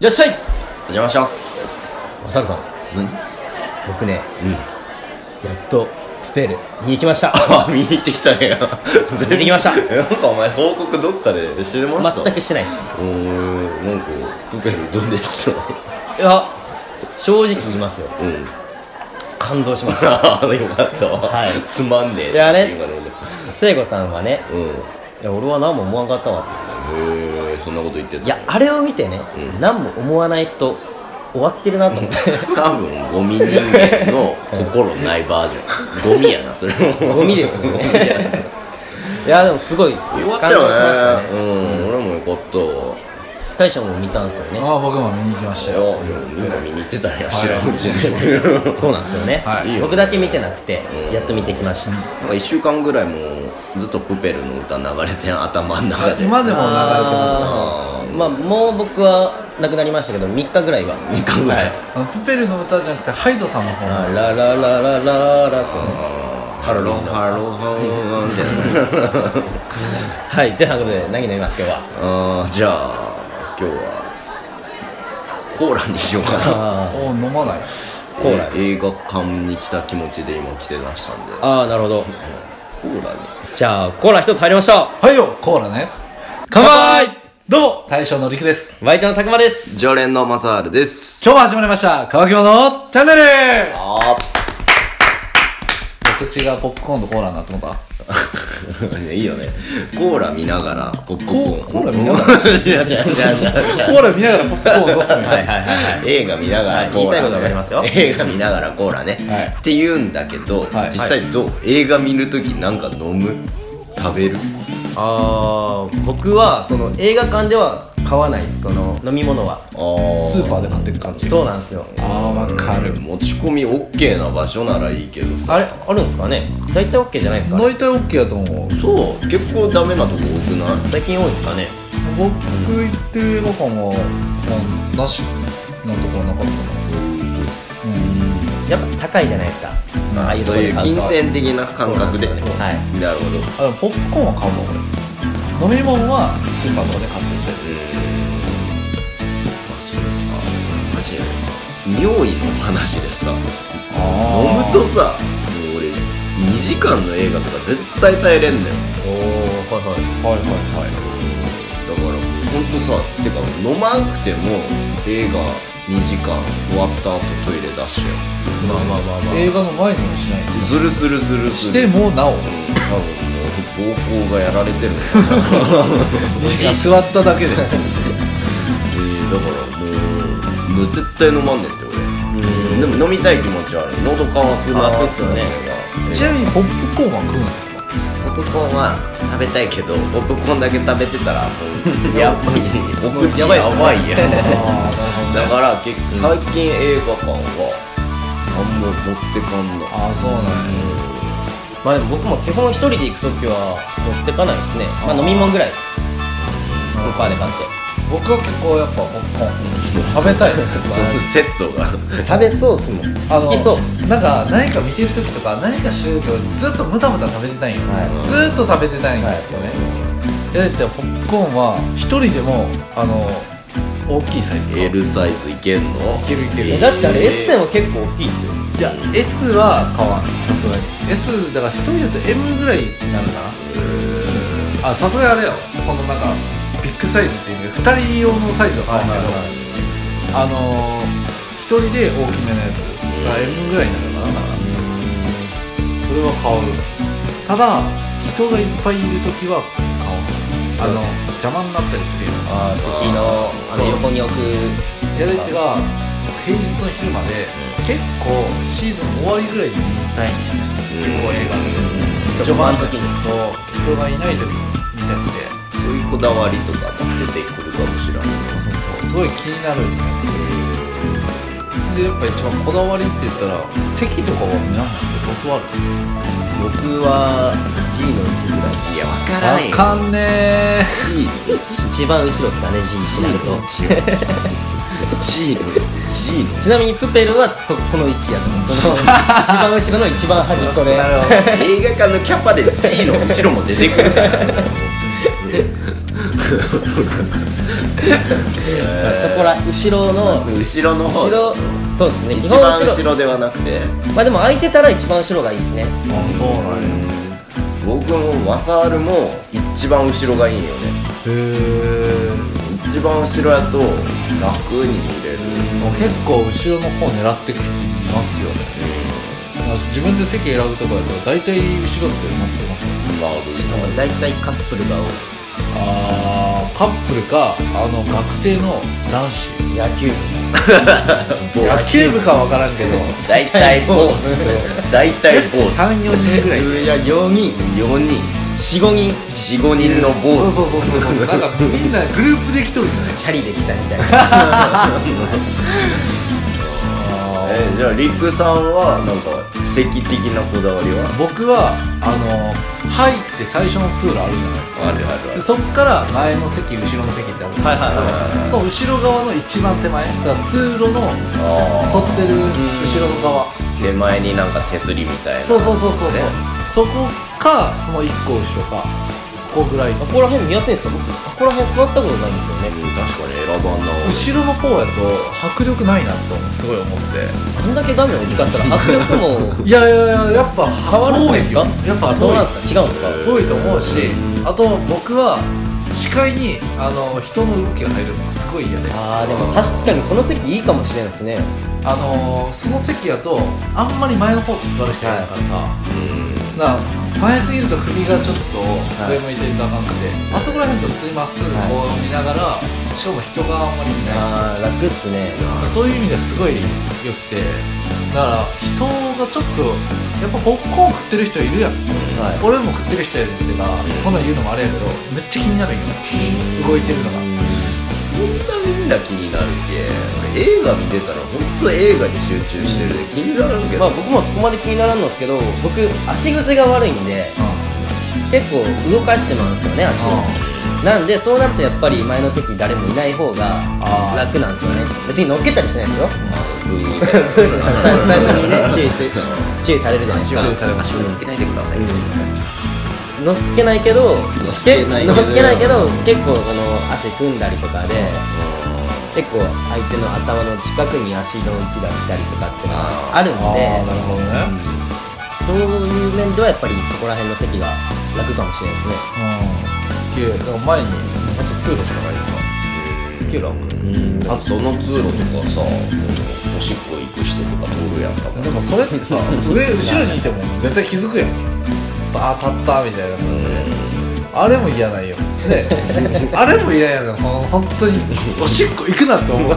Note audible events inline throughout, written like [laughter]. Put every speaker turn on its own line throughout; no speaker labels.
いらっしゃい
お邪魔します
マサルさん
何
僕ね
うん
やっとプペルに行きま [laughs] した
[laughs] あ見に行ってきたね
見てき [laughs] ました
[laughs] なんかお前報告どっかで知れました
全くしてないで
うーんなんかプペルどうでした
すいや正直言いますよ
うん
感動し [laughs] ました
[laughs] ああよかったわ、
はい
つまんねえ
いやね
って今ので
聖子さんはね
うん
いや俺は何も思わんかったわって
へえそんなこと言ってた
いやあれを見てね、
うん
何も思わない人終わってるなと思って
[laughs] 多分ゴミ人間の心ないバージョン
[laughs]
ゴミやなそれも
ゴミですよね
ゴミや [laughs] な
いやでもすごい
よかっ
感
た
動しま
よ
した [laughs]
ね
ね
うん俺もよかったわ
大将も見たんですよね
ああ、僕も見に行きましたよ。
よみんな見に行ってたんや
い
知らんうちに
そうなんですよね、
はい
いよ
僕だけ見てなくて、
うん
やっと見てきました、
なんか1週間ぐらいもうずっとプペルの歌流れてん頭の中で
今でも流れてま
あーまあもう僕はなくなりましたけど3日ぐらいは
2回ぐらい
す。あのプペルの歌じゃなくて、ハイドさんの方の。
あララララララそう
ハローハローハローって
はいということで何飲みます今日は
あーじゃあ今日はコーラにしようかな
あ
おお、飲まない。
[laughs] コーラ
え映画館に来た気持ちで今来て出したんで
ーあーなるほど
コーラに
じゃあコーラ一つ入りましょう
はいよ、コーラね。
乾杯
どうも、大将のりくです。
ワイトのたくまです
常連のマサールです
今日も始まりました、乾き物のチャンネル
あ
お口がポップコーンとコーラになってもった
ー [laughs] いいよねコーラ見ながらポップコーン
ココーラ見ながら
[laughs] いや違う違う違う
コーラ見ながらポップコーンどうすんの
はいはいはいはい
映画見なが
は
ら
い
コ
言
ーラ、ね
いたいことわかりますよ
映画見ながらコーラね、
はい
って言うんだけど、
はい
実際どう、映画見るときなんか飲む食べる
あー僕はその映画館では買わないですその飲み物は
あー
スーパーで買ってく感じ。
そうなんですよ
ああ、わかる。
持ち込み OK な場所ならいいけどさ
あれあるんですかね大体 OK じゃないですかね
大体 OK だと思う。
そう結構ダメなとこ多くない
最近多いですかね
僕行ってる映画館は、まあ、なしなところなかったので。うん。
やっぱ高いじゃないですか
まあ
ああいうと
そう
こ
い
で
う
買う
金
と
銭的な感覚で
そうなんですよはい
なるほど
あでもポップコーンは買うわ俺飲み物はスーパーとかで買ってて
まあそれさマジで尿意の話でさ飲
飲
むとさもう俺2時間の映画とか絶対耐えれんだよ
おおはいはい
はいはいはい
だからほんとさてか飲まんくても映画2時間終わった後トイレ出しよ
まあまあまあまあ
映画の前にもしないです
するするするする
してもな
う
お
ん多分もう膀胱がやられてるんだ [laughs] なえ
自身座っただけ [laughs] で
ーだからもうもう絶対飲まんねんって
うん
俺でも飲みたい気持ちはある喉乾くな
あーですよね
ちなみにポップコーンは食うんですか
ポップコーンは食べたいけどポップコーンだけ食べてたら [laughs] もうやばいお口やばいやん
[laughs] ああ
だ
なるほどね
から結局最近映画館はあんま持ってかんな
ああそうなんや
まあでも僕も基本一人で行く時は持ってかないですねまあ飲み物ぐらいスーパーで買って
僕は結構やっぱポップコーン食べたい
そのセットが
食べそうっすもん
あ
好きそう
のなんか何か見てる時とか何かしてる時はずっとムタムタ食べてたいんよ、
はい
ずーっと食べてたいんよ、
はい
ねいやだってポップコーンは一人でもあの大きいサイズか
L サイズいけんの
いけるいける
えだってあれ S でも結構大きいっすよ
いや S は買わんさすがに S だから一人だと M ぐらいになるかなあさすがにあれやろこのなんかビッグサイズっていうか2人用のサイズは買うんやけど、あのー、一人で大きめのやつが M ぐらいになるかなだからそれは買うただ人がいっぱいいる時は買うあの邪魔になったりするよ
ああ席のあ
そ
の
う
横に置く
やるってが平日の昼まで結構シーズン終わりぐらいに見たいんだよね結構映画
うん
序盤の
序盤の時
時
に
にそう人がいない時に見たくて
そういうこだわりとかも出てくるかもしれない
そうすごい気になるんだよねでやっぱ一番こだわりって言ったら席とかは皆さんどう座る
僕は G の1ぐらい
いやわからん
わかんねえ
一番後ろですかね G になると
G の G の
ちなみにプペルはそその位置やと思うその一番後ろの一番端っこで
なるほ
[laughs] 映画館のキャパで G の後ろも出てくるから
そこら後ろの
[laughs] 後ろの方
後ろそうですね
一
基本
番
後
後
ろ
ろではなくて
まあでも空いてたら一番後ろがいいですね
あそうなんや
僕もマサールも一番後ろがいいんよね
へえ
一番後ろやと楽に見れる、
結構後ろの方狙ってく人いますよねまあ自分で席選ぶとかだと大体後ろってなってますね
うん、まあ
しかも大体カップルが多いです
あーカップルかあの学生の男子
野球
坊
野球部かわからんけど
大体坊主大体坊主
34人ぐらい
いや4人
4人
45人
45人の坊主
そうそうそうそうなんかみんなグループで来とるんだね
チャリで来たみたいな
あ
[laughs] えじゃあリクさんはなんか席的なこだわりは
ー僕はあの入って最初の通路あるじゃないで
ある
すか
あるあ
で
る
そっから前の席後ろの席ってあるじゃない
はいはい
ですかその後ろ側の一番手前だから通路の
あ
沿ってる後ろ側
ー手前になんか手すりみたいな
そうそうそうそう
ね
そうそこかその一個後ろかそこぐらいっす
ここら辺見やすいんですか僕ここら辺座ったことないんですよね
確かに選ばんな
後ろの方やと迫力ないなとすごい思って
あんだけ画面大きかったら迫力も
[laughs]
いやいやいややっぱ
変わるん
遠
で
い
す
よ
か
やっぱ
あそうなん
遠い
ですか違うんですか
遠いと思うしあと僕は視界にあの人の動きが入るのがすごい嫌で
あーでも確かにその席いいかもしれんですね
あのーその席やとあんまり前の方って座る人いないからさ、
うん
な前すぎると首がちょっと上向いてるとあかんくて、
い
あそこら辺と普通にまっすぐこう見ながら、しかも人があんまりいな
ああ
い
楽っすね
そういう意味ですごい良くてだから人がちょっとやっぱポップコーン食ってる人いるやん、
はい
俺も食ってる人やるっていうかこんなん言うのもあれやけどめっちゃ気になるんよ動いてるのが
そんなみんな気になるけ映画見てたら本当映画に集中してるで気にならんけ
ま
ど、
あ僕もそこまで気にならんのですけど僕足癖が悪いんで結構動かしてまうんですよね足をなんでそうなるとやっぱり前の席誰もいない方が
あー
楽なんですよね別に乗っけたりしないです
[laughs]
よ
あのブーみたいな
[laughs] 最初にね注意して注意されるじゃないです
足
か
は
注意されます
足を乗っけないでください、
うん乗っけないけど
乗っけないけど
乗っけないけど結構その足組んだりとかで結構相手の頭の近くに足の位置が来たりとかっていうのがあるん
あー
で
なるほどね、
そういう面ではやっぱりそこら辺の席が楽かもしれないですね
うん、すっげえだから前にあと通路しかないですか
すっげえ楽あとその通路とかさおしっこ行く人とか通るやったもん
でもそれって
[laughs]
さ上後ろにいても絶対気づくやんあー立ったみたいな
うん
あれも嫌ないよね
[laughs]
あれも嫌やなほん本当におしっこ行くなって思うマ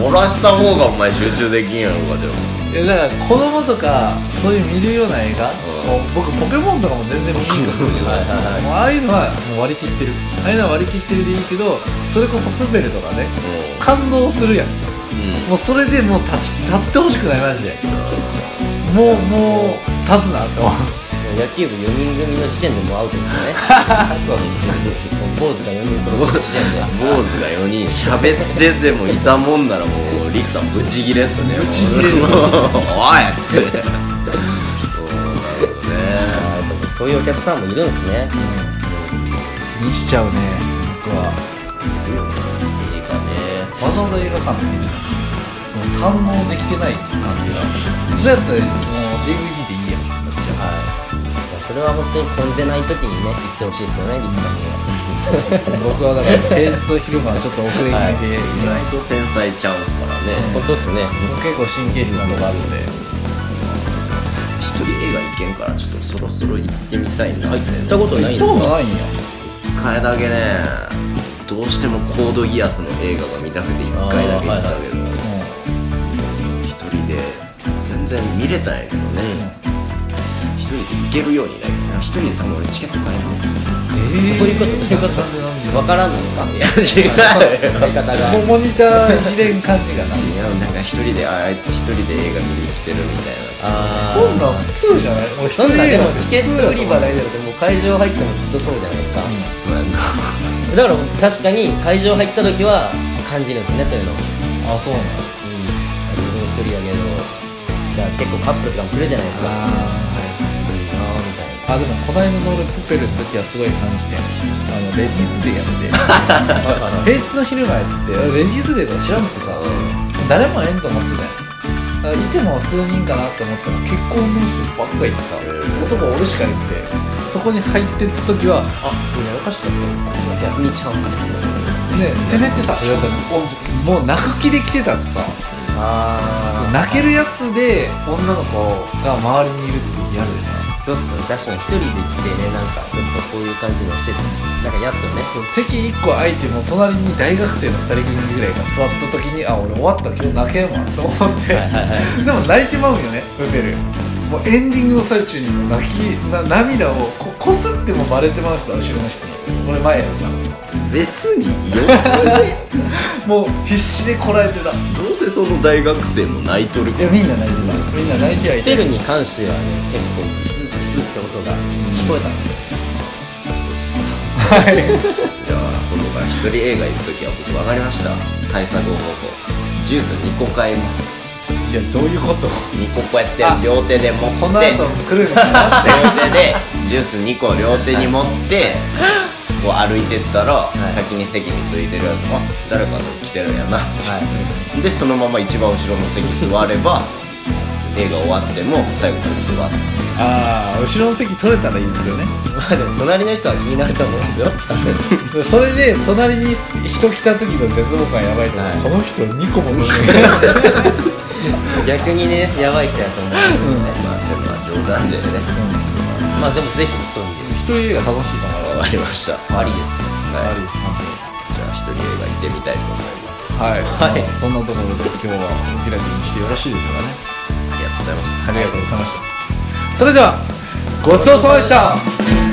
漏らした方がお前集中できんやろうかでも
ジでいやだから子供とかそういう見るような映画、もう僕ポケモンとかも全然見に行くんですけど
はいはいはい
もうああいうのはもう割り切ってるああいうのは割り切ってるでいいけどそれこそプペルとかね感動するやん
うん
もうそれでもう立ち立ってほしくないマジでもうもう立つなって思う
野球部4人組の時点でもうアウトですよね
そう
もう [laughs] 坊主が4人揃ってる時点で
坊主が4人喋っててもいたもんならもうリクさんブチギレっすね
ブチギレる
もう [laughs] おいっつってそうなるほどね
あーやっぱそういうお客さんもいるんですね
にしちゃうね僕は
映画ね
わざわざ映画館で見るのその堪能できてない感じがそれやったらもう DVD でいいやん
はいそれは本当に混んでない時にね行ってほしいですよねリクさんには
僕はだから平日と昼間はちょっと遅れ気味で、
はい
意外と繊細ちゃうんすからね
本当っすね
結構神経質なのがあるんで
一人映画行けんからちょっとそろそろ行ってみたいな
はい行ったことないん
行
です
ったこと
か
ないんや
一回だけねどうしてもコードギアスの映画が見たくて一回だけ行ったけど一人で全然見れたんやけどね一人で行けるようになる一人で多分俺チケット買えんねん
うん、え
どういうことどういうこと
なんで
わからんのですか
いや違うよ
やり方が
もうモニター一連感じがな
いやなんか一人でああいつ一人で映画見に来てるみたい
[laughs]
な
あー
そんなん普通じゃない俺一
そん
人
な
映
で
画
もチケット売り場ないだってもう会場入ってもずっとそうじゃないですか
そうやんな [laughs]
だから僕確かに会場入った時は感じるんですねそういうの、うん、
あそうなの
自分一人だけどだから結構カップルとかも来るじゃないですかあ
あ
ーいいなーみたいな
あでもこの間の俺プペルの時はすごい感じてあのレディースデーやって [laughs] 平日の昼前ってレディースデーとか知らんくてさ誰もえんと思ってたよいても数人かなと思ったら結婚の人ばっかいてさ男俺しかいなくてそこに入ってった時はあこれやらかしちゃった
逆にチャンスですよね
ねせめてさやっぱもう泣く気で来てたしさ
あ
泣けるやつで女の子が周りにいるってリアルでさ
そうっすね確かに一人で来てねなんかちょっとこういう感じのしててなんかやつよね
そう席1個空いても隣に大学生の2人組ぐらいが座った時にあ俺終わった今日泣けよなと思って、
はいはい
でも泣いてまうよねウペルもうエンディングの最中にも泣きな涙をここすってもバレてました後ろの人に俺前やさ
別によくない
もう必死でこらえてたい
どうせその大学生も泣いとるか
や
ら
みんな泣いてたみんな泣いてはい
ペ
て
ルに関してはね結構クスクスって音が聞こえたんですよ
はい
じゃあ今度から一人映画行く時は僕分かりました対策方法ジュース2個買います
いやどういうこと
2個こうやっ
あ
て両手で持って
この後来るのかな
両手でジュース2個を両手に持ってこう歩いてったら、
い
先に席についてるやつがあ誰かと来てるんやなって、
は
でそのまま一番後ろの席座れば映画終わっても最後まで座って
[laughs] ああ後ろの席取れたらいいですよね
いまあでも隣の人は気になると思うんですよ
それで隣に人来た時の絶望感やばいと思う、
はい
この人2個も飲んで
逆にねやばい人やと思うんですよね、
まあでもまあ冗談でね
まあでもぜひ一人で
一人映画楽しいか
終わりました
ありです
ら
はいじゃあ一人映画行ってみたいと思います
はい、
はい
まあそんなところで今日はお開きにしてよろしいでしょうかね
ありがとうございます
ありがとうございましたそれではごちそうさまでした